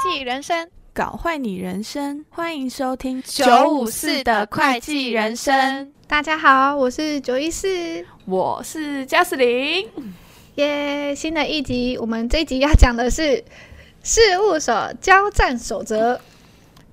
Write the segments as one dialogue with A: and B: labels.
A: 计人生，
B: 搞坏你人生，欢迎收听
A: 954的会计人生。
C: 大家好，我是九一四，
B: 我是嘉斯林，
C: 耶、新的一集，我们这一集要讲的是 事务所交战守则。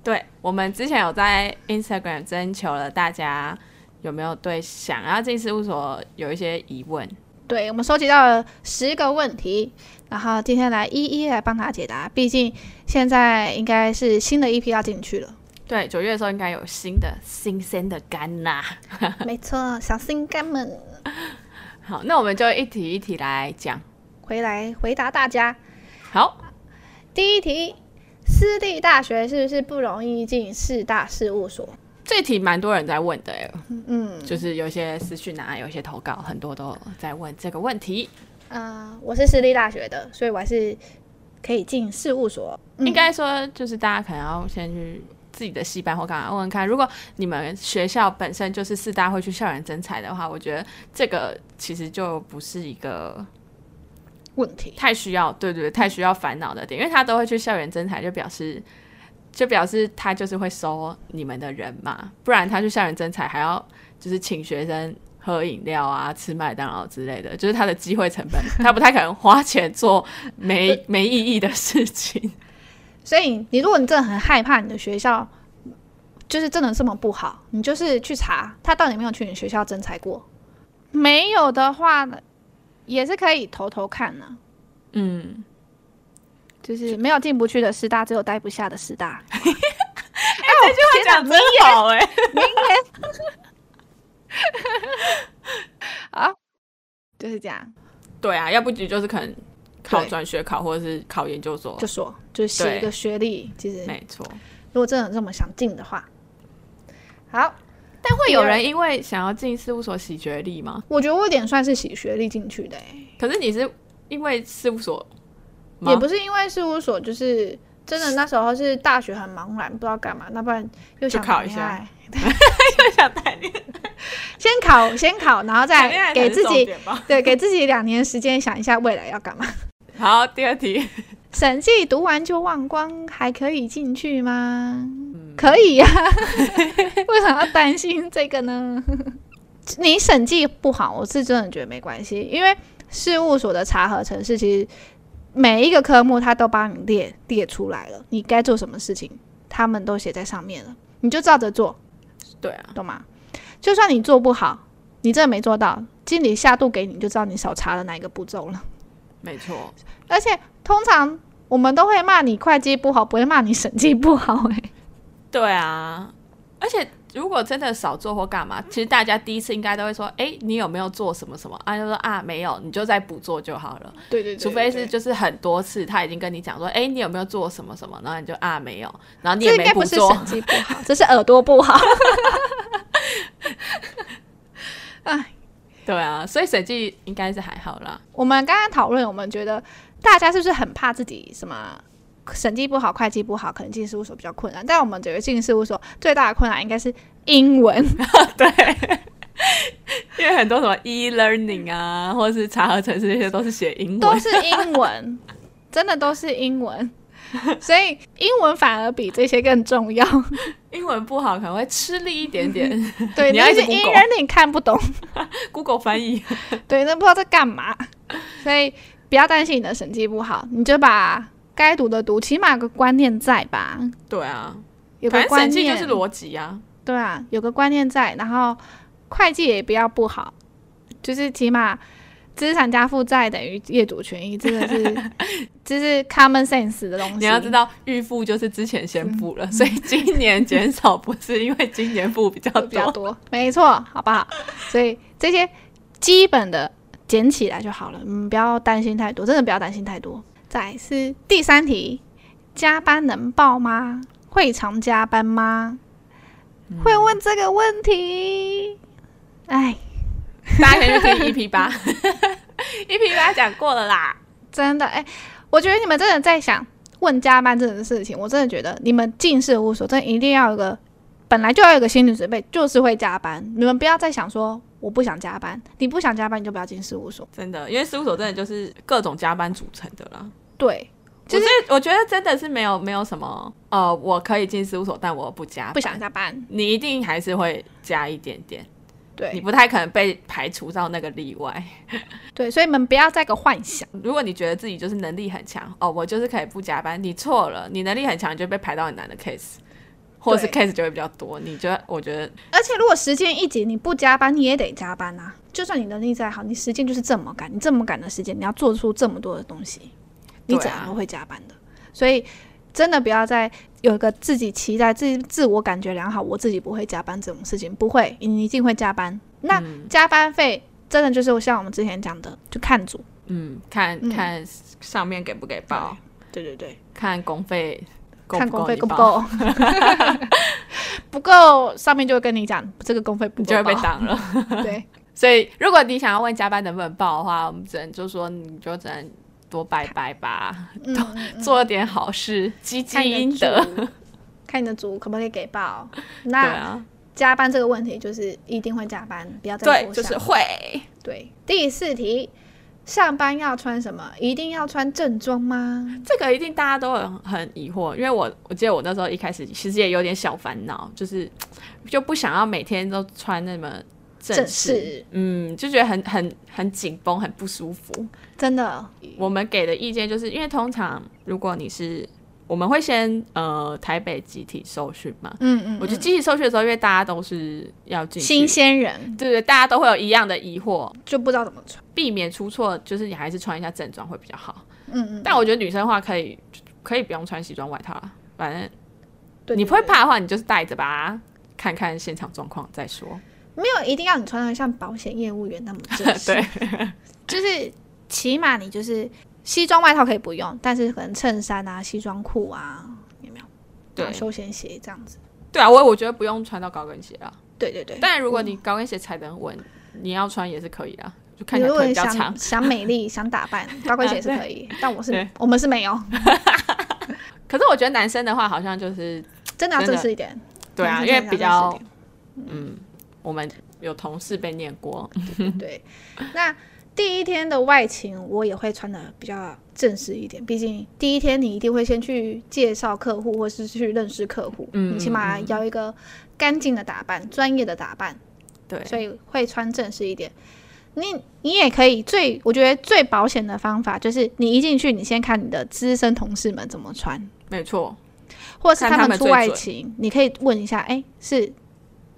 B: 对我们之前有在 Instagram 征求了大家有没有对想要进事务所有一些疑问，
C: 对，我们收集到了十个问题，然后今天来一一来帮他解答。毕竟现在应该是新的一批要进去了，
B: 对九月的时候应该有新的新鲜的干啦。
C: 没错，小心肝们
B: 好，那我们就一题一题来讲。
C: 回来回答大家。
B: 好，
C: 第一题，私立大学是不是不容易进四大事务所？
B: 这题蛮多人在问的耶，
C: 嗯，
B: 就是有些私讯啊，有些投稿，很多都在问这个问题。
C: 啊、我是私立大学的，所以我还是可以进事务所。嗯
B: 应该说，就是大家可能要先去自己的戏班或干嘛问问看。如果你们学校本身就是四大会去校园征才的话，我觉得这个其实就不是一个
C: 问题。
B: 太需要，对对对，太需要烦恼的点，因为他都会去校园征才，就表示就表示他就是会收你们的人嘛，不然他去校园征才还要就是请学生。喝饮料啊，吃麦当劳之类的，就是他的机会成本，他不太可能花钱做没 没意义的事情。
C: 所以你如果你真的很害怕你的学校就是真的这么不好，你就是去查他到底有没有去你学校征才过，没有的话呢，也是可以偷偷看呢、
B: 嗯，
C: 就是没有进不去的师大，只有待不下的师大。哎、
B: 这句话讲真好哎、
C: 啊， 就是这样，
B: 对啊，要不你就是可能考
C: 对
B: 转学考或者是考研究所
C: 就，说就是写
B: 对
C: 一个学历。其实
B: 没错。
C: 如果真的这么想进的话，好，
B: 但会
C: 第
B: 有
C: 二
B: 人因为想要进事务所洗学历吗？
C: 我觉得我有点算是洗学历进去的、欸，
B: 可是你是因为事务所吗？
C: 也不是因为事务所，就是真的那时候是大学很茫然，不知道干嘛，那不然又想
B: 就考
C: 谈恋
B: 一下
C: 爱，
B: 是想谈恋爱，
C: 先考先考，然后
B: 谈恋爱
C: 再给
B: 才是
C: 自
B: 重
C: 己
B: 点吧。
C: 对给自己两年时间想一下未来要干嘛。
B: 好，第二题，
C: 审计读完就忘光，还可以进去吗？
B: 嗯
C: 可以呀、 为什么要担心这个呢？ 你审计不好，我是真的觉得没关系，因为事务所的查核程式其实每一个科目它都帮你列列出来了，你该做什么事情，他们都写在上面了，你就照着做，
B: 对啊，
C: 懂吗？就算你做不好，你真的没做到，经理下度给你，你就知道你少查了哪一个步骤了。
B: 没错，
C: 而且通常我们都会骂你会计不好，不会骂你审计不好、哎，
B: 对啊。而且如果真的少做或干嘛，其实大家第一次应该都会说，哎、你有没有做什么什么？啊，就说啊没有，你就再补做就好了。
C: 对对
B: 除非是就是很多次他已经跟你讲说，哎、你有没有做什么什么？然后你就啊没有，然后你
C: 这
B: 也
C: 应
B: 没
C: 该
B: 补
C: 不是
B: 做，
C: 审计不好， 这是耳朵不好。哎，
B: 对啊，所以审计应该是还好啦。
C: 我们刚刚讨论，我们觉得大家是不是很怕自己什么？审计不好，会计不好，可能进事务所比较困难。但我们觉得进事务所最大的困难应该是 英文，
B: 对，因为很多什么 e learning 啊，或是查核程式这些都是写英
C: 都
B: 文，
C: 是英文，真的都是英文，所以英文反而比这些更 重要。
B: 英文不好可能会吃力一点点。
C: 对，
B: 你要一
C: 那
B: 直
C: 些英
B: Google
C: 文你看不懂，
B: Google 翻译，
C: 对，那不知道在 干嘛，所以不要担心你的审计不好，你就把该读的读，起码有个观念在吧，
B: 对啊，
C: 有个
B: 反正
C: 观
B: 审计就
C: 念
B: 是逻辑啊。
C: 对啊，有个观念在，然后会计也不要不好，就是起码资产加负债等于业主权益，这个是 这是 common sense 的东西。
B: 你要知，道，预付就是之前先付了，所以今年减少不是因为今年付比较
C: 比较
B: 多。
C: 多，没错，好不好？所以这些基本的捡起来就好了，嗯，不要担心太多，真的不要担心太多。再来是第三题，加班能报吗？会常加班吗？
B: 嗯
C: 会问这个问题，哎，
B: 大家可以去听 EP 八，EP 八讲过了啦。
C: 真的哎，我觉得你们真的在想问加班这种事情，我真的觉得你们进事务所真的一定要有个本来就要有个心理准备，就是会加班。你们不要再想说我不想加班，你不想加班你就不要进事务所。
B: 真的，因为事务所真的就是各种加班组成的啦。
C: 对，
B: 就是我觉得真的是没有没有什么呃，我可以进事务所，但我不加班
C: 不想加班，
B: 你一定还是会加一点点，你
C: 对
B: 不太可能被排除到那个例外。
C: 对，所以你们不要再给我幻想。
B: 如果你觉得自己就是能力很强，哦，我就是可以不加班，你错了，你能力很强，你就被排到很难的 case，或是
C: 对
B: case 就会比较多。你觉得？我觉得
C: 而且如果时间一紧，你不加班你也得加班啊。就算你能力再好，你时间就是这么赶，你这么赶的时间，你要做出这么多的东西，你
B: 对
C: 怎
B: 啊
C: 样都会加班的。所以真的不要再有一个自己期待、自自我感觉良好，我自己不会加班这种事情，不会，你一定会加班。那、
B: 嗯
C: 加班费真的就是像我们之前讲的，就看组。
B: 嗯，看
C: 嗯
B: 看上面给不给报，
C: 对对对，
B: 看公费够
C: 看
B: 不
C: 公
B: 够
C: 费
B: 你
C: 够不
B: 报，
C: 够， 不够上面就会跟你讲，这个公费不
B: 你
C: 够
B: 就会被
C: 报
B: 挡了。
C: 对
B: 所以，如果你想要问加班能不能报的话，我们只能就说你就只能多拜拜吧，
C: 嗯嗯嗯
B: 做点好事，积积
C: 看你
B: 阴
C: 的
B: 德。
C: 组，看你的组可不可以给报。
B: 对
C: 那
B: 啊，
C: 加班这个问题就是一定会加班，不要再
B: 对，啊
C: 多
B: 就是
C: 想
B: 会。
C: 对。第四题，上班要穿什么？一定要穿正装吗？
B: 这个一定大家都很很疑惑，因为我我记得我那时候一开始其实也有点小烦恼，就是就不想要每天都穿那么正
C: 正
B: 式，
C: 式
B: 嗯，就觉得很很很紧绷，很不舒服。
C: 真的，
B: 我们给的意见就是因为通常如果你是我们会先呃台北集体受训嘛，
C: 嗯嗯，
B: 我觉得
C: 嗯
B: 集体受训的时候，因为大家都是要进去
C: 新，鲜人
B: 对对，大家都会有一样的疑惑，
C: 就不知道怎么穿。
B: 避免出错，就是你还是穿一下正装会比较好。
C: 嗯嗯，
B: 但我觉得女生的话，可以可以不用穿西装外套啦，反正
C: 对，
B: 你
C: 对
B: 不会
C: 对
B: 怕的话，你就是带着吧，看看现场状况再说。
C: 没有一定要你穿的像保险业务员那么正 式，
B: 对，
C: 就是起码你就是西装外套可以不用，但是可能衬衫啊、西装裤啊，有没有？
B: 对
C: 然后休闲鞋这样子。
B: 对啊，我我觉得不用穿到高跟鞋啊，
C: 对对对，
B: 但如果你高跟鞋踩得很稳，你要穿也是可以啦，就看
C: 你
B: 起来
C: 如果
B: 腿比较长啊
C: 想。想美 丽、想打扮，高跟鞋是可以，但我是
B: 对
C: 我们是没有，
B: 可是我觉得男生的话，好像就是
C: 真的要
B: 真的
C: 正式一 点。
B: 对啊，
C: 男
B: 因
C: 生
B: 为
C: 真的
B: 比
C: 要
B: 较嗯，我们有同事被念过，
C: 正式一点对。那第一天的外勤，我也会穿的比较正式一点，毕竟第一天你一定会先去介绍客户，或是去认识客户，
B: 嗯
C: 你起码
B: 嗯嗯
C: 要一个干净的打扮、专业的打扮，
B: 对，
C: 所以会穿正式一点。你你也可以最，我觉得最保险的方法就是你一进去，你先看你的资深同事们怎么穿，
B: 没错，
C: 或是
B: 看他
C: 们
B: 们
C: 出
B: 最
C: 外
B: 准
C: 勤，你可以问一下，哎、是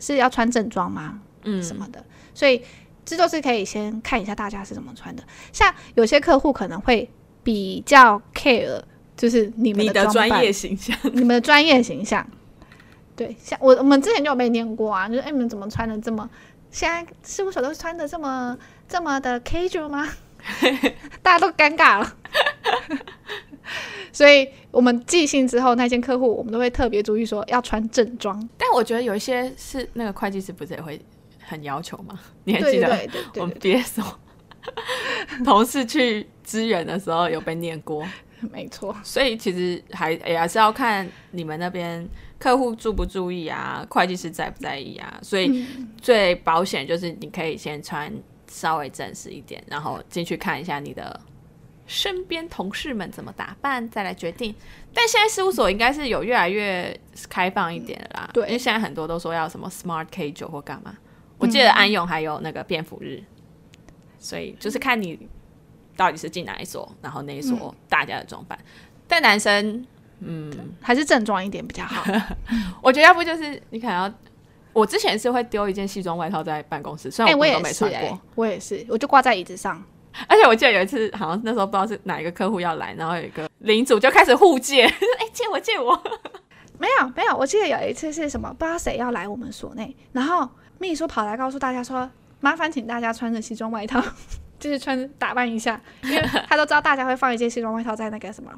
C: 是要穿正装吗？
B: 嗯，
C: 什么的，所以这都是可以先看一下大家是怎么穿的。像有些客户可能会比较 care，就是你们
B: 你的
C: 装
B: 专
C: 扮
B: 业形象，
C: 你们的专业形象。对，像我我们之前就有被念过啊，就是哎、你们怎么穿的这么，现在事务所都穿的这么这么的 casual 吗？大家都尴尬了。 所以我们寄信之后，那间客户我们都会特别注意说要穿正装。
B: 但我觉得有一些是那个会计师不是也会很要求吗？ 你还
C: 对
B: 记
C: 对
B: 得
C: 对对
B: 我
C: 对
B: 们毕业时候 同事去支援的时候有被念过，
C: 对，没错。
B: 所以其实还也还是要看你们那边客户注不注意啊，会计师在不在意啊。所以最保险就是你可以先穿稍微正式一点，然后进去看一下你的身边同事们怎么打扮，再来决定。但现在事务所应该是有越来越开放一点了啦，
C: 对
B: 因为现在很多都说要什么 Smart K 九或干嘛。我记得安永还有那个便服日，所以就是看你到底是进哪一所，然后那一所大家的装扮。但男生，
C: 还是正装一点比 较好。
B: 我觉得要不就是你可能要，我之前是会丢一件西装外套在办公室，虽
C: 哎、
B: 然
C: 我
B: 我
C: 也
B: 都没
C: 是、
B: 穿过，
C: 哎，我也是，我就挂在椅子上。
B: 而且我记得有一次，好像那时候不知道是哪一个客户要来，然后有一个领主就开始互借， 哎、借我借我，
C: 没有没有，我记得有一次是什么，不知道谁要来我们所内，然后秘书跑来告诉大家说，麻烦请大家穿着西装外套， 就是穿打扮一下，因为他都知道大家会放一件西装外套在那个什么，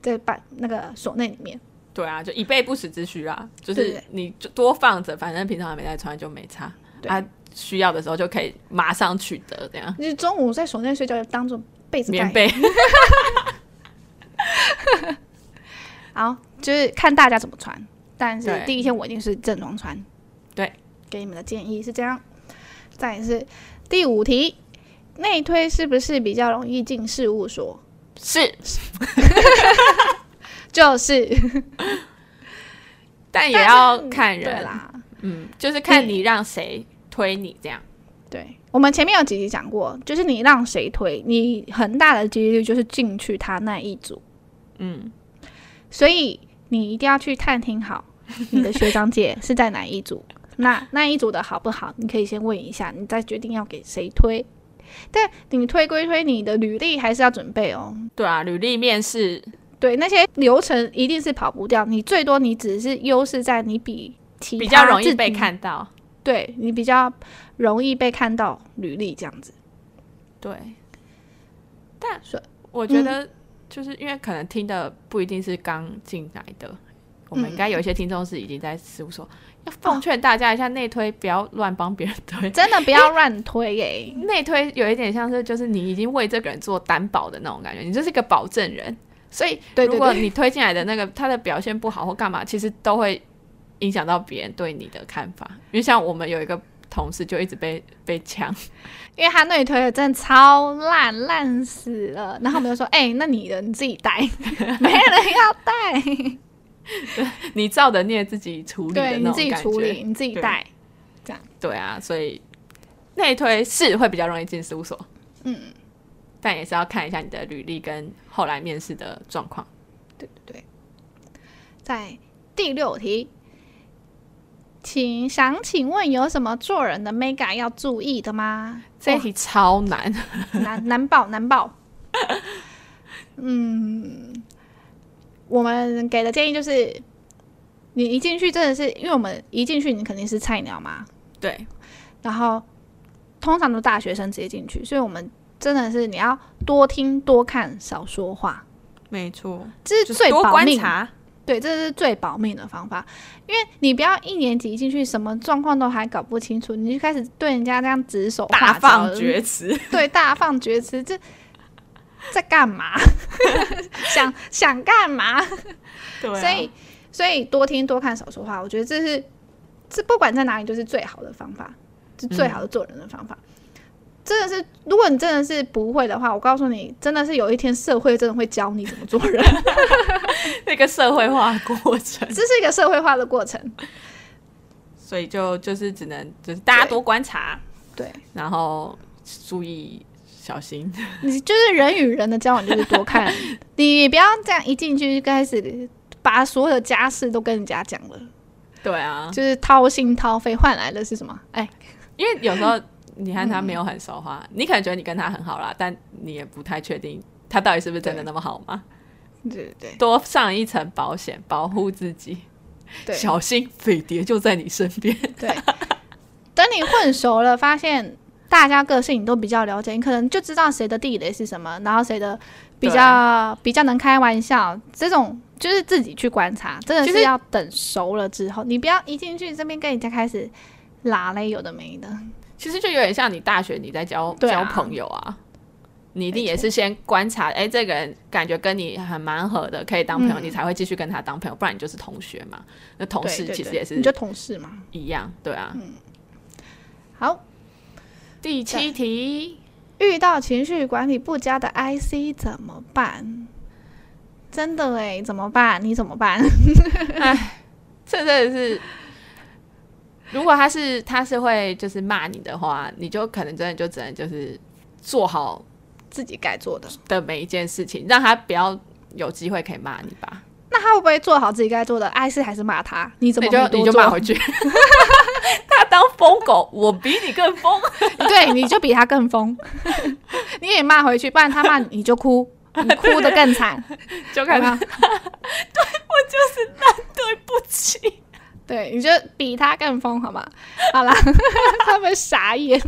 C: 在办那个所内里面。
B: 对啊，就以备不时之需啊，就
C: 对
B: 是
C: 对
B: 你就多放着，反正平常还没在穿就没差，
C: 对
B: 啊，需要的时候就可以马上取得这样。
C: 就是中午在所内睡觉就当做被子
B: 棉
C: 盖，
B: 被，
C: 好，就是看大家怎么穿。但是
B: 对
C: 第一天我一定是正装穿。
B: 对，
C: 给你们的建议是这样。再来是第五题，内推是不是比较容易进事务所？
B: 是，
C: 就是
B: 但也要看
C: 对
B: 人，
C: 啦。
B: 嗯，就是看你让谁推你这样。
C: 对，我们前面有几集讲过，就是你让谁推，你很大的几率就是进去他那一组，
B: 嗯，
C: 所以你一定要去探听 好你的学长姐是在哪一组，那那一组的好不好，你可以先问一下，你再决定要给谁推。但你推归推，你的履历还是要准备哦。
B: 对啊，履历面试，
C: 对，那些流程一定是跑不掉，你最多你只是优势在你比其他
B: 比较容
C: 自
B: 易
C: 己
B: 被，看到。
C: 对你比较容易被看到履历这样子。
B: 对，但
C: 所以嗯
B: 我觉得就是因为可能听的不一定是刚进来的，我们应
C: 嗯
B: 该有一些听众是已经在事务所，要奉劝大家一下，内推不要乱帮别人推。
C: 真的不要乱推耶、
B: 内推有一点像是就是你已经为这个人做担保的那种感觉，你就是一个保证人，所以
C: 对对
B: 如果
C: 对
B: 你推进来的那个他的表现不好或干嘛，其实都会影响到别人对你的看法。因为像我们有一个同事就一直被被呛，
C: 因为他那里推的真的超烂，烂死了。然后我们就说：“哎、那你的你自己 带，没人要带，
B: 你造的孽自己处理的
C: 对，你
B: 那
C: 自
B: 种
C: 己
B: 感
C: 处理，
B: 觉。
C: 你自己
B: 对
C: 带。
B: 对啊，所以内推是会比较容易进事务所，
C: 嗯，
B: 但也是要看一下你的履历跟后来面试的状况。
C: 对对对。”在第六题，请想请问有什么做人的 mega 要注意的吗？
B: 这一题超难，
C: 哇难难爆难爆。嗯，我们给的建议就是，你一进去真的是，因为我们一进去你肯定是菜鸟嘛，
B: 对，
C: 然后通常都大学生直接进去，所以我们真的是你要多听多看少说话，
B: 没错，
C: 这是
B: 就
C: 最
B: 是多
C: 保
B: 观
C: 命。
B: 察。
C: 对，这是最保命的方法，因为你不要一年级进去什么状况都还搞不清楚，你就开始对人家这样指手画
B: 大
C: 脚
B: 放厥词，
C: 对，大放厥词，这在干嘛？ 想想干嘛？
B: 对、啊
C: 所以，所以多听多看少说话，我觉得这是这不管在哪里就是最好的方法，是最好的做人的方法。真的是，如果你真的是不会的话，我告诉你，真的是有一天社会真的会教你怎么做人，
B: 那个社会化过程，
C: 这是一个社会化的过程。
B: 所以就就是只能就是大家多观察，
C: 对
B: 然后注意小心。
C: 你就是人与人的交往，就是 多看，你不要这样一进去就开始把所有的家事都跟人家讲了，
B: 对啊，
C: 就是掏心掏肺换来的是什么？哎，
B: 因为有时候你和他没有很熟哈，你可能觉得你跟他很好啦，但你也不太确定他到底是不是真的那么好嘛。
C: 对对对
B: 多上一层保险，保护自己，
C: 对，
B: 小心匪谍就在你身边。
C: 对， 等你混熟了，发现大家个性你都比较了解，你可能就知道谁的地雷是什么，然后谁的比较比较能开玩笑，这种就是自己去观察，真的
B: 就是是
C: 要等熟了之后，你不要一进去这边跟人家开始拉嘞，有的没的，
B: 其实就有点像你大学你在交、
C: 对啊
B: 交朋友啊，你一定
C: 没错
B: 也是先观察，哎、这个人感觉跟你还蛮合的，可以当朋友，
C: 嗯
B: 你才会继续跟他当朋友，不然你就是同学嘛。那同
C: 对
B: 事
C: 对
B: 其实
C: 对
B: 也是
C: 你就同事嘛。
B: 一样，对啊。
C: 好，
B: 第七题，
C: 遇到情绪管理不佳的 IC 怎么办？真的哎，怎么办？你怎么办？
B: 这真的是，如果他是他是会就是骂你的话，你就可能真的就只能就是做好
C: 自己该做的。
B: 的每一件事情，让他不要有机会可以骂你吧。
C: 那他会不会做好自己该做的？艾斯还是骂他？你怎么
B: 你就
C: 没多
B: 你就
C: 做
B: 骂回去， 他当疯狗，我比你更疯。
C: 对，你就比他更疯， 你也骂回去，不然他骂你你就哭，你哭得 更惨，
B: 就
C: 对
B: 看
C: 吧
B: 到？对不起，
C: 对，你就比他更疯，好吗？好啦， 他们傻眼，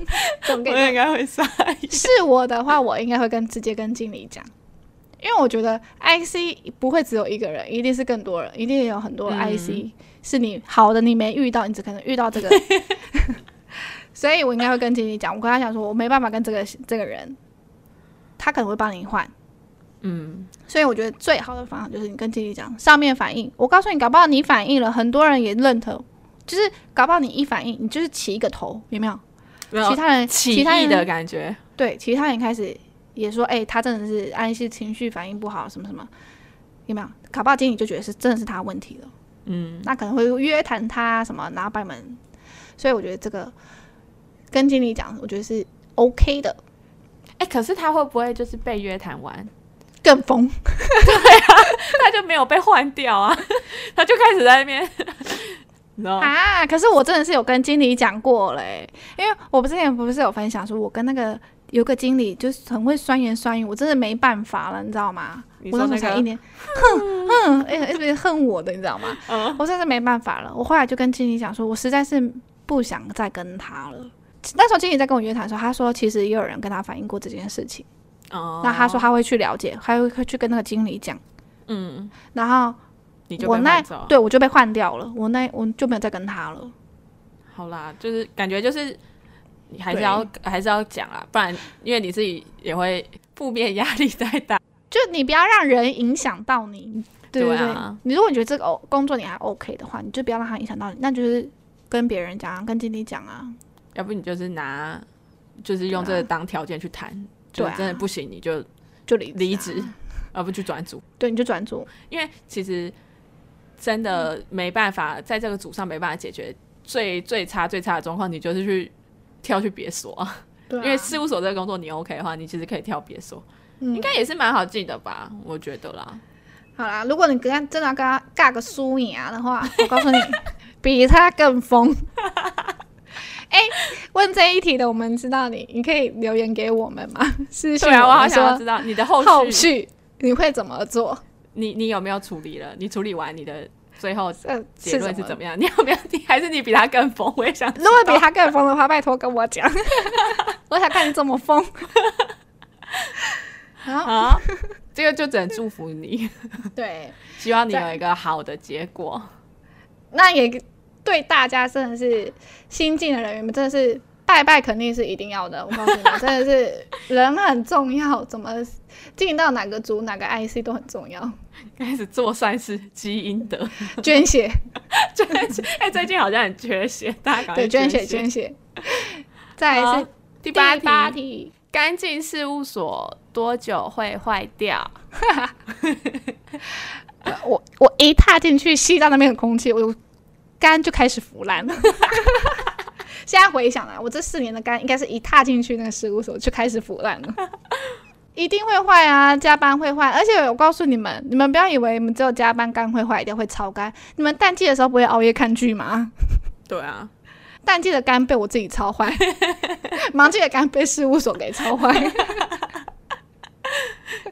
C: 总给
B: 我应该会傻眼。
C: 是我的话，我应该会跟直接跟经理讲，因为我觉得 IC 不会只有一个人，一定是更多人，一定有很多
B: 嗯
C: IC、是你好的，你没遇到，你只可能遇 到这个，所以我应该会跟经理讲，我跟他讲说，我没办法跟这个这个人，他可能会帮你换。
B: 嗯，
C: 所以我觉得最好的方法就是你跟经理讲，上面反应，我告诉你，搞不好你反应了，很多人也认同，就是搞不好你一反应，你就是起一个头，有没有？
B: 没
C: 其
B: 有
C: 他人，
B: 起
C: 其他
B: 义
C: 人
B: 的感觉，
C: 对，其他人开始也说，哎、他真的是安息情绪反应不好，什么什么，有没有？卡巴经理就觉得是真的是他问题了，
B: 嗯，
C: 那可能会约谈他什么，然后把你们，所以我觉得这个跟经理讲，我觉得是 OK 的，
B: 哎、可是他会不会就是被约谈完，
C: 更疯。
B: 他就没有被换掉啊？ 他就开始在那边， 你知道吗？
C: 啊！可是我真的是有跟经理讲过嘞、因为我不之前不是有分享说，我跟那个有个经理就是很会酸言酸语，我真的没办法了，你知道吗？
B: 你
C: 我
B: 说
C: 那时候
B: 那
C: 才一
B: 个，
C: 年，哼哼，哎、欸，特别恨我的，你知道吗？
B: 嗯，
C: 我真的是没办法了。我后来就跟经理讲说，我实在是不想再跟他了。那时候经理在跟我约谈的时候，他说其实也有人跟他反映过这件事情，
B: 哦
C: 那他说，他会去了解，他会会去跟那个经理讲，
B: 嗯，
C: 然后
B: 你就
C: 我
B: 被
C: 那
B: 换走。
C: 对我就被换掉了，我那我就没有再跟他了。
B: 好啦，就是感觉就是你还是要还是要讲啦，不然因为你自己也会负面压力太大。
C: 就你不要让人影响到你，对不对？
B: 对啊
C: 你如果你觉得这个哦工作你还 OK 的话，你就不要让他影响到你，那就是跟别人讲啊，跟经理讲啊，
B: 要不你就是拿，就是用这个当条件去谈，就
C: 对啊
B: 真的不行你就
C: 就离
B: 离
C: 啊
B: 职，而不去转组，
C: 对，你就转组，
B: 因为其实真的没办法在这个组上没办法解决最最差最差的状况，你就是去跳去别所啊，
C: 对
B: 因为事务所这个工作你 OK 的话，你其实可以跳别所，
C: 应
B: 应该也是蛮好记的吧，我觉得啦。
C: 好啦。如果你跟他真的要跟他尬个输赢啊的 话，我告诉你，比他更疯。哎、问这一题的，我们知道你，你可以留言给我们吗？ 私信
B: 对啊，我好
C: 们
B: 想要
C: 说
B: 知道你的后续，
C: 后续你会怎么做？
B: 你你有没有处理了？你处理完你的最后
C: 呃，
B: 结论是
C: 么
B: 怎么样？你有没有？你还是你比他更疯？我也想知
C: 如
B: 道
C: 果比他更疯的话，拜托跟我 讲，我想看你怎么疯。然后
B: 啊， 这个就只能祝福 你，
C: 对，
B: 希望你有一个好的结果。
C: 那也对大家真的是新进的人员们真的是拜拜肯定是一定要的。我告诉你们，真 的是人很重要，怎么进到哪个组哪个 IC 都很重要。
B: 开始做善事，积阴 德。
C: 捐血，
B: 捐血，哎、最近好像很缺血，大家赶快
C: 对，捐
B: 捐
C: 血捐血。再来是
B: 好第八
C: 第八
B: 题，
C: 题，
B: 干净事务所多久会坏掉？
C: 呃我我一踏进去吸到那边的空气，我就肝就开始腐烂了。 现在回想来，啊我这四年的肝应该是一踏进去那个事务所就开始腐烂了，一定会坏啊！加班会坏，而且我告诉你们，你们不要以为你们只有加班肝会坏掉，会超肝。你们淡季的时候不会熬夜看剧吗？
B: 对啊，
C: 淡季的肝被我自己超坏， 忙季的肝被事务所给超坏。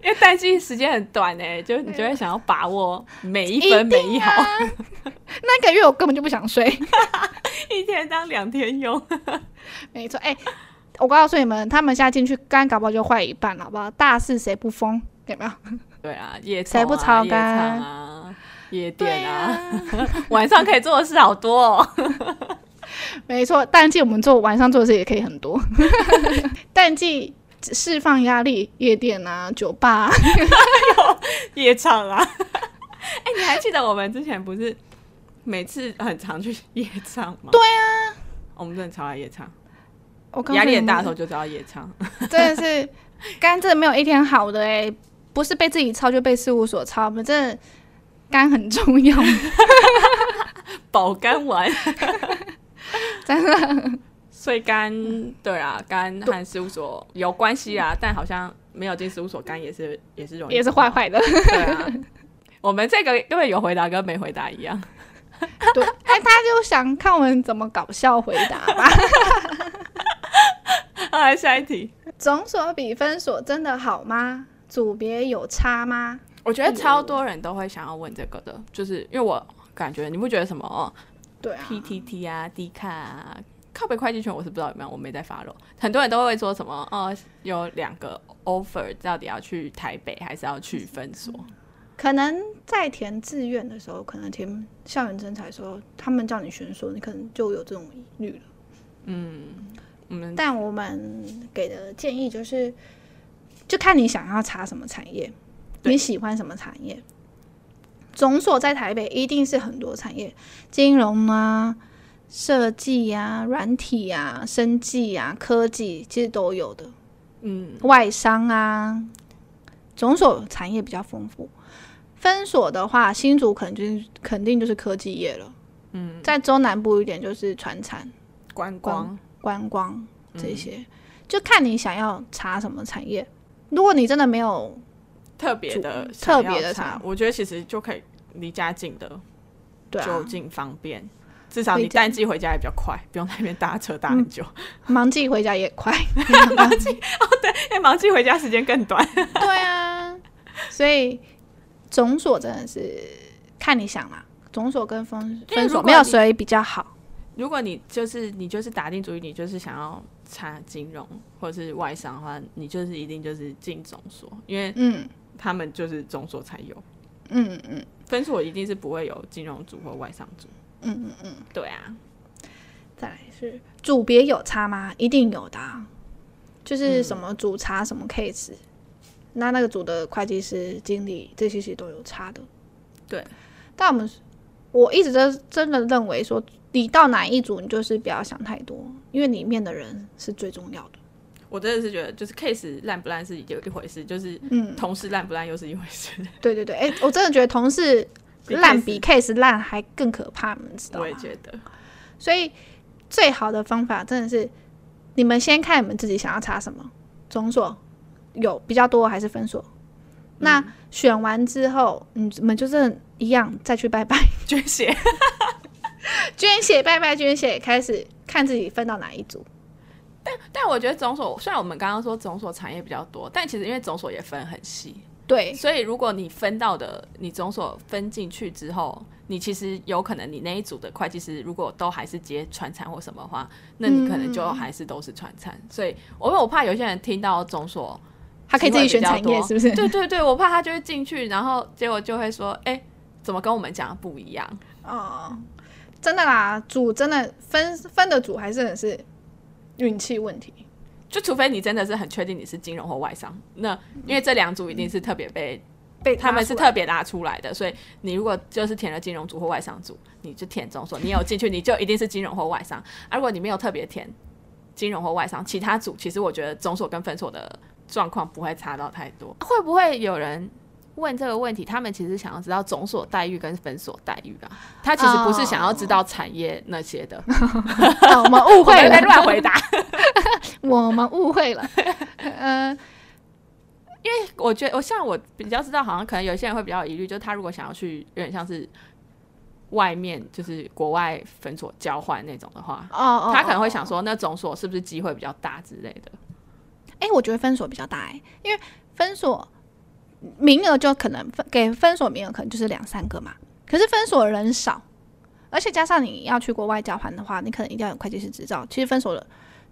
B: 因为淡季时间很短哎、就
C: 啊
B: 你就会想要把握每一分每一毫，
C: 那个月我根本就不想睡。
B: 一天当两天用。
C: 没错，哎、我告诉你们，他们现在进去肝搞不好就坏一半了，好不好？大事谁不疯？有没有？
B: 对啊，夜
C: 谁
B: 冲
C: 不
B: 啊
C: 超
B: 夜
C: 干
B: 唱啊，夜店啊，， 晚上可以做的事好多哦。
C: 没错。淡季我们做晚上做的事也可以很多， 淡季释放压力，夜店啊、酒吧、啊，
B: 夜唱啊！ 哎、你还记得我们之前不是每次很常去夜唱吗？对啊，我们真的超爱夜唱，
C: 我告诉你
B: 压力很大的时候
C: 们
B: 就知道夜唱。
C: 真的是肝真的没有一天好的哎、不是被自己操就被事务所操，我们真的肝很 重要，
B: 哦保肝 丸、
C: 真的。
B: 所以肝对啊，肝和事务所有关系啊，但好像没有进事务所，肝也是也是容易
C: 也是坏坏的，
B: 对啊。 我们这个根本有回答跟没回答一样，
C: 对，哎，他就想看我们怎么搞笑回答吧。
B: 好来下一题。
C: 总所比分所真的好吗？组别有差吗？
B: 我觉得超多人都会想要问这个的，就是因为我感觉你不觉得什么哦
C: 对啊，
B: PTT 啊、D 卡啊，靠北会计圈我是不知道有没有，我没在发了。很多人都会说什么哦，有两个 offer，到底要去台北还是要去分所？
C: 可能在填志愿的时候，可能填校园征才的时候，他们叫你选所，你可能就有这种疑虑了。
B: 我们
C: 但我们给的建议就是，就看你想要查什么产业，
B: 对
C: 你喜欢什么产业。总所在台北一定是很多产业，金融啊、设计啊、软体啊、生技啊、科技，其实都有的。
B: 嗯，
C: 外商啊，总所产业比较丰富。分所的话，新竹肯定肯定就是科技业了，嗯，在中南部一点就是船产、
B: 观
C: 光观光
B: 嗯
C: 这些，就看你想要查什么产业。如果你真的没有，
B: 特别的
C: 主
B: 想要
C: 特别的
B: 查
C: 查，
B: 我觉得其实就可以离家近的，
C: 对啊，
B: 就近方便。至少
C: 离
B: 你
C: 家
B: 淡季回家也比较快，不用在那边搭车搭很
C: 嗯
B: 久。
C: 忙季回家也 快，
B: 哎、忙季回家时间更短。
C: 对啊，所以总所真的是看你想啦，总所跟分
B: 因为
C: 分
B: 如
C: 所
B: 果
C: 没有
B: 你
C: 谁比较好，
B: 如果你就是你就是打定主意，你就是想要查金融或者是外商的话，你就是一定就是进总所，因为
C: 嗯
B: 他们就是总所才有
C: 嗯嗯
B: 分所，一定是不会有金融组或外商组。
C: 嗯嗯嗯，
B: 对啊，
C: 再来是组别有差吗？一定有的啊、就是
B: 嗯
C: 什么组查什么 case，、那那个组的会计师、经理这些其实都有差的，
B: 对。
C: 但我们我一直都真的认为说，你到哪一组，你就是不要想太多，因为里面的人是最重要的。
B: 我真的是觉得就是 case 烂不烂是有一回事，就是
C: 嗯，
B: 同事烂不烂又是一回 事。
C: 对对对，哎、我真的觉得同事烂比 case 烂还更可怕，你们知道
B: 我也
C: 吗？
B: 觉得，
C: 所以最好的方法真的是，你们先看你们自己想要查什么，总所有比较多还是分所？那
B: 嗯
C: 选完之后，你们就是一样再 去拜拜，
B: 捐血
C: 捐血拜拜捐血，开始看自己分到哪一组。
B: 但我觉得总所虽然我们刚刚说总所产业比较多，但其实因为总所也分很细，
C: 对，
B: 所以如果你分到的你总所分进去之后，你其实有可能你那一组的会计师如果都还是接传产或什么的话，那你可能就还是都是传产。
C: 嗯
B: 所以我我怕有些人听到总所，
C: 他可以自己选产
B: 机会比
C: 业，
B: 较多
C: 是不是？
B: 对对对，我怕他就会进去，然后结果就会说，哎、怎么跟我们讲的不一样？
C: 哦，真的啦，组真的分分的组还真的是运气问题。
B: 就除非你真的是很确定你是金融或外商，那因为这两组一定是特别被
C: 被
B: 他们是
C: 拉出来
B: 特别拉出来的，所以你如果就是填了金融组或外商组，你就填中所，你有进去你就一定是金融或外商。啊，如果你没有特别填金融或外商，其他组其实我觉得中所跟分所的状况不会差到太多。啊会不会有人问这个问题？他们其实想要知道总所待遇跟分所待遇啊，他其实不是想要知道产业那些的，
C: 哦我们 误
B: 我
C: 会
B: 在
C: 了，
B: 乱回答。
C: 我们误会了。嗯、
B: 我觉得我像我比较知道，好像可能有些人会比较有疑虑，就是他如果想要去有点像是外面就是国外分所交换那种的话，
C: 哦哦，
B: 他可能会
C: 哦
B: 想，说那种所是不是机会比较大之类的。
C: 哎、我觉得分所比较大哎、因为分所名额就可能分给分所名额可能就是两三个嘛，可是分所人少，而且加上你要去国外交换的话，你可能一定要有会计师执照，其实分所的。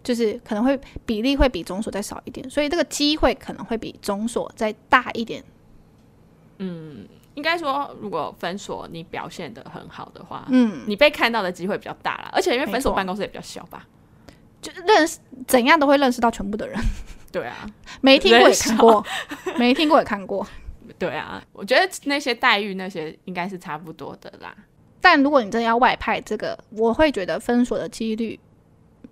C: 就是可能会比例会比总所再少一点，所以这个机会可能会比总所再大一点。
B: 应该说，如果分所你表现的很好的话，
C: 嗯，
B: 你被看到的机会比较大啦。而且因为分所
C: 没错
B: 办公室也比较小吧，
C: 就是认识怎样都会认识到全部的人，
B: 对啊，
C: 没听过
B: 人
C: 也看过，没听过也看过。
B: 对啊，我觉得那些待遇那些应该是差不多的啦。
C: 但如果你真的要外派，这个我会觉得分所的几率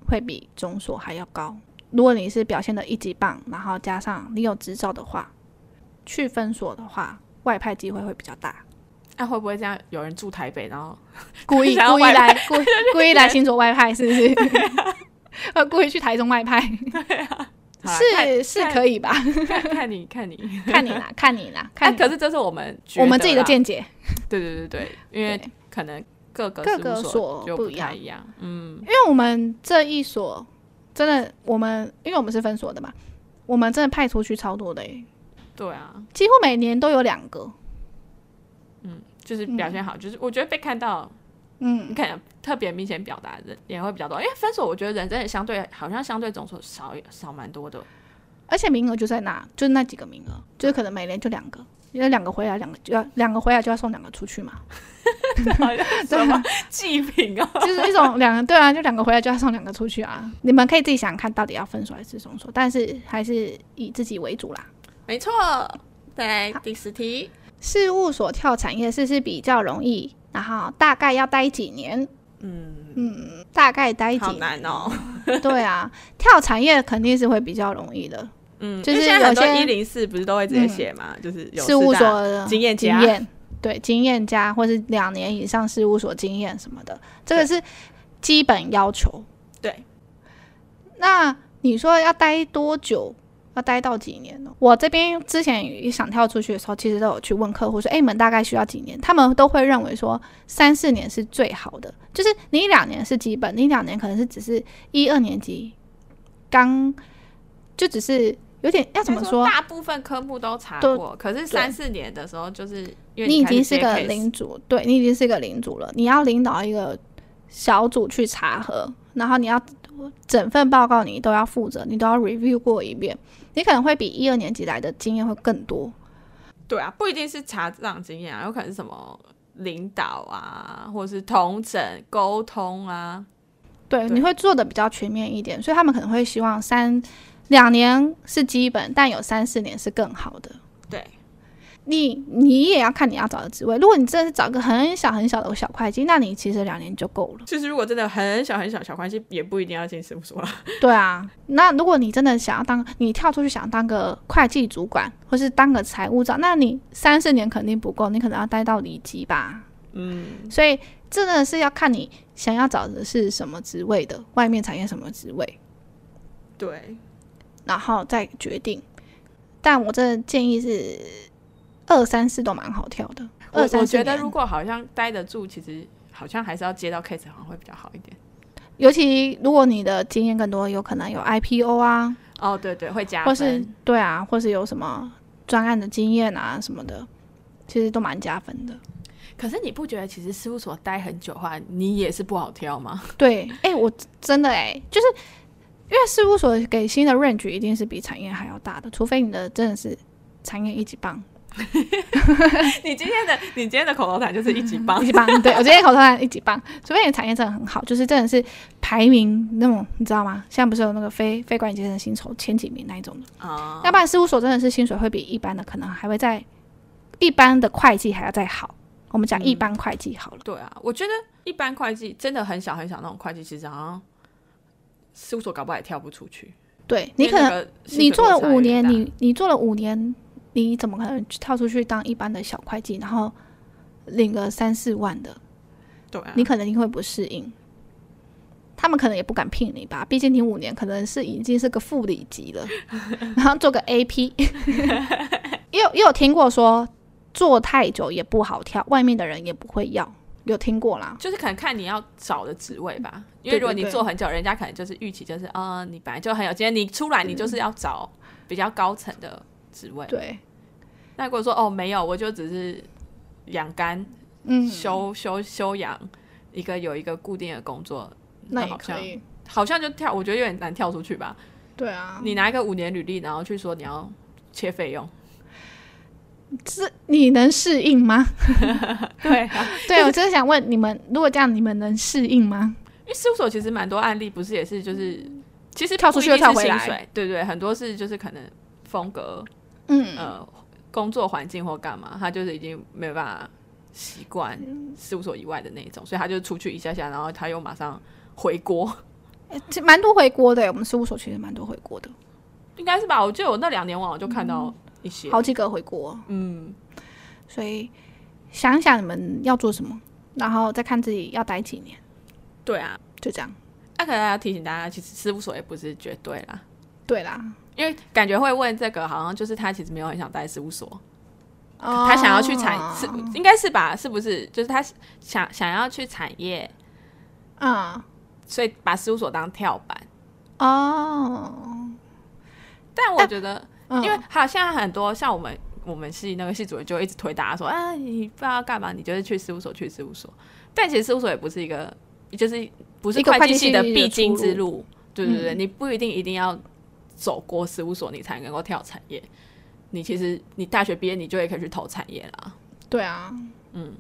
C: 会比中所还要高。如果你是表现的一级棒，然后加上你有执照的话，去分所的话，外派机会会比较 大。
B: 那、啊会不会这样？有人住台北，然后
C: 故意
B: 想要
C: 故意
B: 外
C: 来故意故意来新竹外派，是 不是？呃，故意去台中外派，
B: 好啦
C: 是是
B: 看
C: 可以吧？
B: 看看看你看你，
C: 看你啦，看你啦，
B: 哎、
C: 看你
B: 可是这是我们觉
C: 我们
B: 得
C: 自己的
B: 啦
C: 见解。
B: 对对对对，因为
C: 对
B: 可能各个
C: 各
B: 事务
C: 个所
B: 就
C: 不一
B: 太
C: 样
B: 一样。嗯
C: 因为我们这一所真的，我们因为我们是分所的嘛，我们真的派出去超多的耶、
B: 对啊，
C: 几乎每年都有两个。
B: 就是表现好，就是我觉得被看到，
C: 嗯
B: 你可能特别明显表达的人也会比较多。因为分手，我觉得人真的相对好像相对总数少少蛮多 的。，
C: 而且名额就在那，就是那几个名额，就是可能每年就两个，因为两个回来，两个就要两个回来就要送两个出去嘛，
B: 好像什么祭品 哦，
C: 就是一种两个对啊，就两个回来就要送两个出去啊。你们可以自己想想看到底要分手还是送手，但是还是以自己为主啦。
B: 没错。再来第十题，
C: 事务所跳产业是是比较容易，然后大概要待几年？
B: 嗯，
C: 嗯，大概待几
B: 好
C: 年？
B: 难哦。
C: 对啊，跳产业肯定是会比较容易的，
B: 嗯，
C: 就是
B: 因为现在很多
C: 有些嗯
B: 一零四不是都会直接写嘛，就是有
C: 事务
B: 四大
C: 所的
B: 经验
C: 经
B: 家
C: 验，对经验加或是两年以上事务所经验什么的，这个是基本要求。
B: 对，
C: 那你说要待多久？要待到几年呢？我这边之前一想跳出去的时候，其实都有去问客户说：“哎、你们大概需要几年？”他们都会认为说三四年是最好的，就是你两年是基本，你两年可能是只是一二年级刚就只是有点要怎么
B: 应该
C: 说？
B: 大部分科目都查
C: 都
B: 过，可是三四年的时候，就是因为
C: 你已
B: 开始
C: 经是
B: 接
C: 个
B: case
C: 领主，对你已经是个领主了，你要领导一个小组去查核，然后你要整份报告你都要负责，你都要 review 过一遍，你可能会比一二年级来的经验会更多。
B: 对啊，不一定是查账经验啊，有可能是什么领导啊，或者是同整沟通啊，
C: 对，
B: 对
C: 你会做的比较全面一点，所以他们可能会希望三两年是基本，但有三四年是更好的。
B: 对，
C: 你你也要看你要找的职位，如果你真的是找一个很小很小的小会计，那你其实两年就够了。
B: 就是如果真的很小很小小关系，也不一定要进事务所啦。
C: 对啊，那如果你真的想要当，你跳出去想当个会计主管，或是当个财务长，那你三四年肯定不够，你可能要待到离职吧。
B: 嗯，
C: 所以真的是要看你想要找的是什么职位的，外面产业什么职位，
B: 对，
C: 然后再决定。但我真的建议是二三四都蛮好跳的。
B: 我
C: 二
B: 我
C: 三四
B: 觉得
C: 年
B: 如果好像待得住，其实好像还是要接到 case 好像会比较好一点。
C: 尤其如果你的经验更多，有可能有 IPO 啊，
B: 哦，对对，会加
C: 或
B: 分。
C: 是对啊，或是有什么专案的经验啊什么的，其实都蛮加分的。
B: 可是你不觉得其实事务所待很久的话，你也是不好挑吗？
C: 对，哎、我真的哎、就是因为事务所给新的 range 一定是比产业还要大的，除非你的真的是产业一级 棒，
B: 你今天的你今天的口头禅就是一级棒
C: 一，级棒。对我今天口头禅一级棒，除非你的产业真的很好，就是真的是排名那种，你知道吗？现在不是有那个非非管理阶层薪酬前几名那一种的，
B: 啊
C: 要不然事务所真的是薪水会比一般的可能还会在一般的会计还要再好。我们讲一
B: 嗯
C: 般会计好了。
B: 对啊，我觉得一般会计真的很小很小那种会计，其实好像事务所搞不好也跳不出去。
C: 对你
B: 因为
C: 可
B: 那
C: 能
B: 个薪水
C: 你做了
B: 落差有
C: 五
B: 点
C: 年，
B: 大
C: 你你做了五年，你怎么可能跳出去当一般的小会计，然后领个三四万的？
B: 对啊，
C: 你可能你会不适应，他们可能也不敢聘你吧，毕竟你五年可能是已经是个副理级 了，然后做个 AP，也有也有听过说做太久也不好跳，外面的人也不会要，有听过啦。
B: 就是可能看你要找的职位吧，因为
C: 对嗯对
B: 如果你
C: 对
B: 做很久，人家可能就是预期就是啊、呃你本来就很有经验，你出来你就是要找比较高层的职位。
C: 对，
B: 那如果说哦没有，我就只是养肝、
C: 嗯，
B: 休休休养，一个有一个固定的工作，
C: 那也
B: 好
C: 可
B: 像
C: 以，
B: 好像就跳，我觉得有点难跳出去吧。
C: 对啊，
B: 你拿一个五年履历，然后去说你要切费用，
C: 这你能适应吗？
B: 对、
C: 对，啊我真的想问你们，如果这样，你们能适应吗？
B: 因为事务所其实蛮多案例，不是也是就是，其实
C: 嗯跳出去
B: 不一定是
C: 又跳回来
B: 薪水，对对，很多是就是可能风格、
C: 嗯，
B: 呃工作环境或干嘛，他就是已经没有办法习惯
C: 嗯
B: 事务所以外的那一种，所以他就出去一下下，然后他又马上回国，
C: 其实蛮多回国的耶，我们事务所其实蛮多回国的，
B: 应该是吧？我记得我那两年网我就看到一些，
C: 嗯好几个回国，
B: 嗯，
C: 所以想想你们要做什么，然后再看自己要待几年，
B: 对啊，
C: 就这样。
B: 那、可能要提醒大家，其实事务所也不是绝对啦。
C: 对啦，
B: 因为感觉会问这个，好像就是他其实没有很想待事务所，
C: 哦
B: 他想要去产是应该是吧？是不是？就是他想想要去产业，
C: 啊、
B: 所以把事务所当跳板。
C: 哦，
B: 但我觉得，
C: 嗯
B: 因为好像很多像我们我们系那个系主任就会一直推大家说啊，你不知道干嘛，你就是去事务所去事务所。但其实事务所也不是一个，就是不是
C: 一个
B: 会
C: 会计
B: 计系
C: 系
B: 的
C: 的嗯
B: 必
C: 出
B: 经
C: 路
B: 之路。对对对，你不一定一定要走过事务所，你才能够跳产业。你其实你大学毕业，你就也可以去投产业啦。
C: 对啊，
B: 嗯，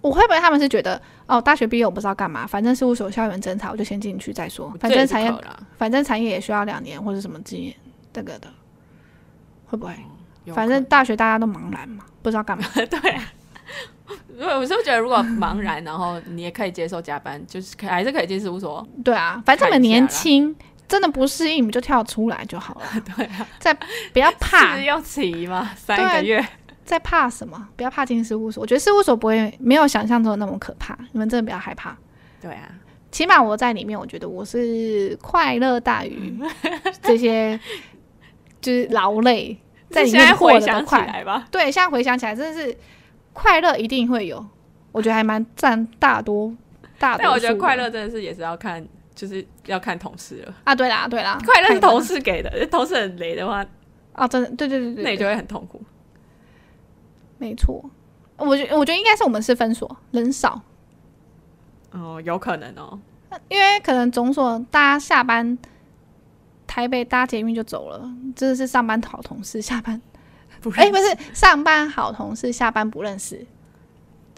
C: 我会不会他们是觉得哦，大学毕业我不知道干嘛，反正事务所校园侦查，我就先进去再说，
B: 这
C: 反
B: 也
C: 正
B: 是
C: 产业
B: 可啦，
C: 反正产业也需要两年或者什么经验，这个的，会不会？
B: 嗯有
C: 反
B: 可
C: 正大学大家都茫然嘛，不知道干嘛。
B: 对、啊。如果我是不是觉得，如果茫然，然后你也可以接受加班，就是可以还是可以进事务所。
C: 对啊，反正我
B: 看
C: 们
B: 一下啦
C: 年轻，真的不适应，你们就跳出来就好了。
B: 对啊，
C: 不要 怕
B: 是，要起吗？三
C: 对啊
B: 个月，
C: 在怕什么？不要怕进事务所。我觉得事务所不会没有想象中的那么可怕，你们真的不要害怕。
B: 对啊，
C: 起码我在里面，我觉得我是快乐大于
B: 嗯
C: 这些，就是劳累在里
B: 现在
C: 面
B: 回
C: 获得的
B: 想起
C: 快。
B: 来吧，
C: 对，现在回想起来，真的是快乐一定会有，我觉得还蛮占大多大
B: 但
C: 多数的。
B: 我觉得快乐真的是也是要看，就是要看同事了。
C: 啊，对啦，对啦，
B: 快乐是同事给 的，同事很雷的话，
C: 啊，真的，对对对对
B: 那你就会很痛苦。
C: 没错。我觉我觉得应该是我们是分所人少，
B: 哦，有可能哦。
C: 因为可能总所大家下班台北搭捷运就走了，真的是上班好同事，下班
B: 不
C: 哎、不是上班好同事，下班不认识。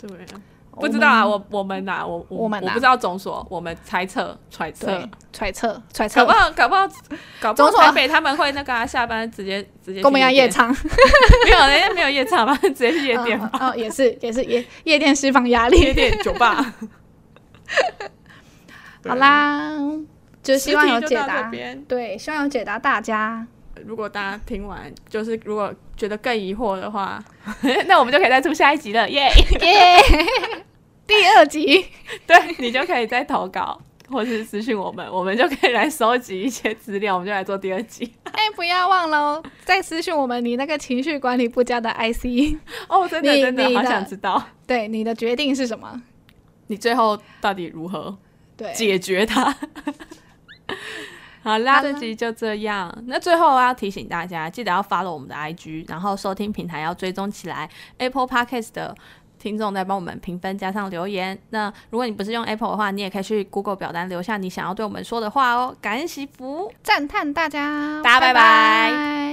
B: 对啊，不知道啊，
C: 们
B: 我我们呐，我
C: 我们啊
B: 我不知道总所，我们猜测揣测
C: 对，揣测揣测
B: 搞不，好搞不好搞不好
C: 总所
B: 台北他们会那个啊，下班直接直接
C: 跟我们一样夜
B: 场，
C: 唱，
B: 没有人家没有夜场吧，直 接去夜店
C: 嗯
B: 吧，
C: 嗯嗯也是也是夜夜店释放压
B: 嗯 夜
C: 力。
B: 店酒吧。对啊
C: 好，啦，就希望有
B: 实体
C: 解
B: 就到这
C: 答，
B: 边
C: 对，希望有解答 大家。
B: 如果大家听完，就是如果觉得更疑惑的话， 那我们就可以再出下一集了， 耶、
C: 耶， 第二集，
B: 对你就可以再投稿，或是私信我们，我 们就可以来收集一些资料，我们就来做第二集。
C: 哎，不要忘了哦，再私讯我们你那个情绪管理不佳的 IC，
B: 哦，真的
C: 你
B: 真的，
C: 你
B: 好
C: 的
B: 想知道
C: 对你的决定是什么？
B: 你最后到底如何
C: 对，
B: 解决它。 好啦，
C: 好啦
B: 这集就这样。那最后要提醒大家，记得要 follow 我们的 IG，然后收听平台要追踪起来。Apple Podcast 的听众在帮我们评分加上留言。那如果你不是用 Apple 的话，你也可以去 Google 表单留下你想要对我们说的话哦。感恩惜福。
C: 赞叹大家，
B: 大家拜拜
C: 拜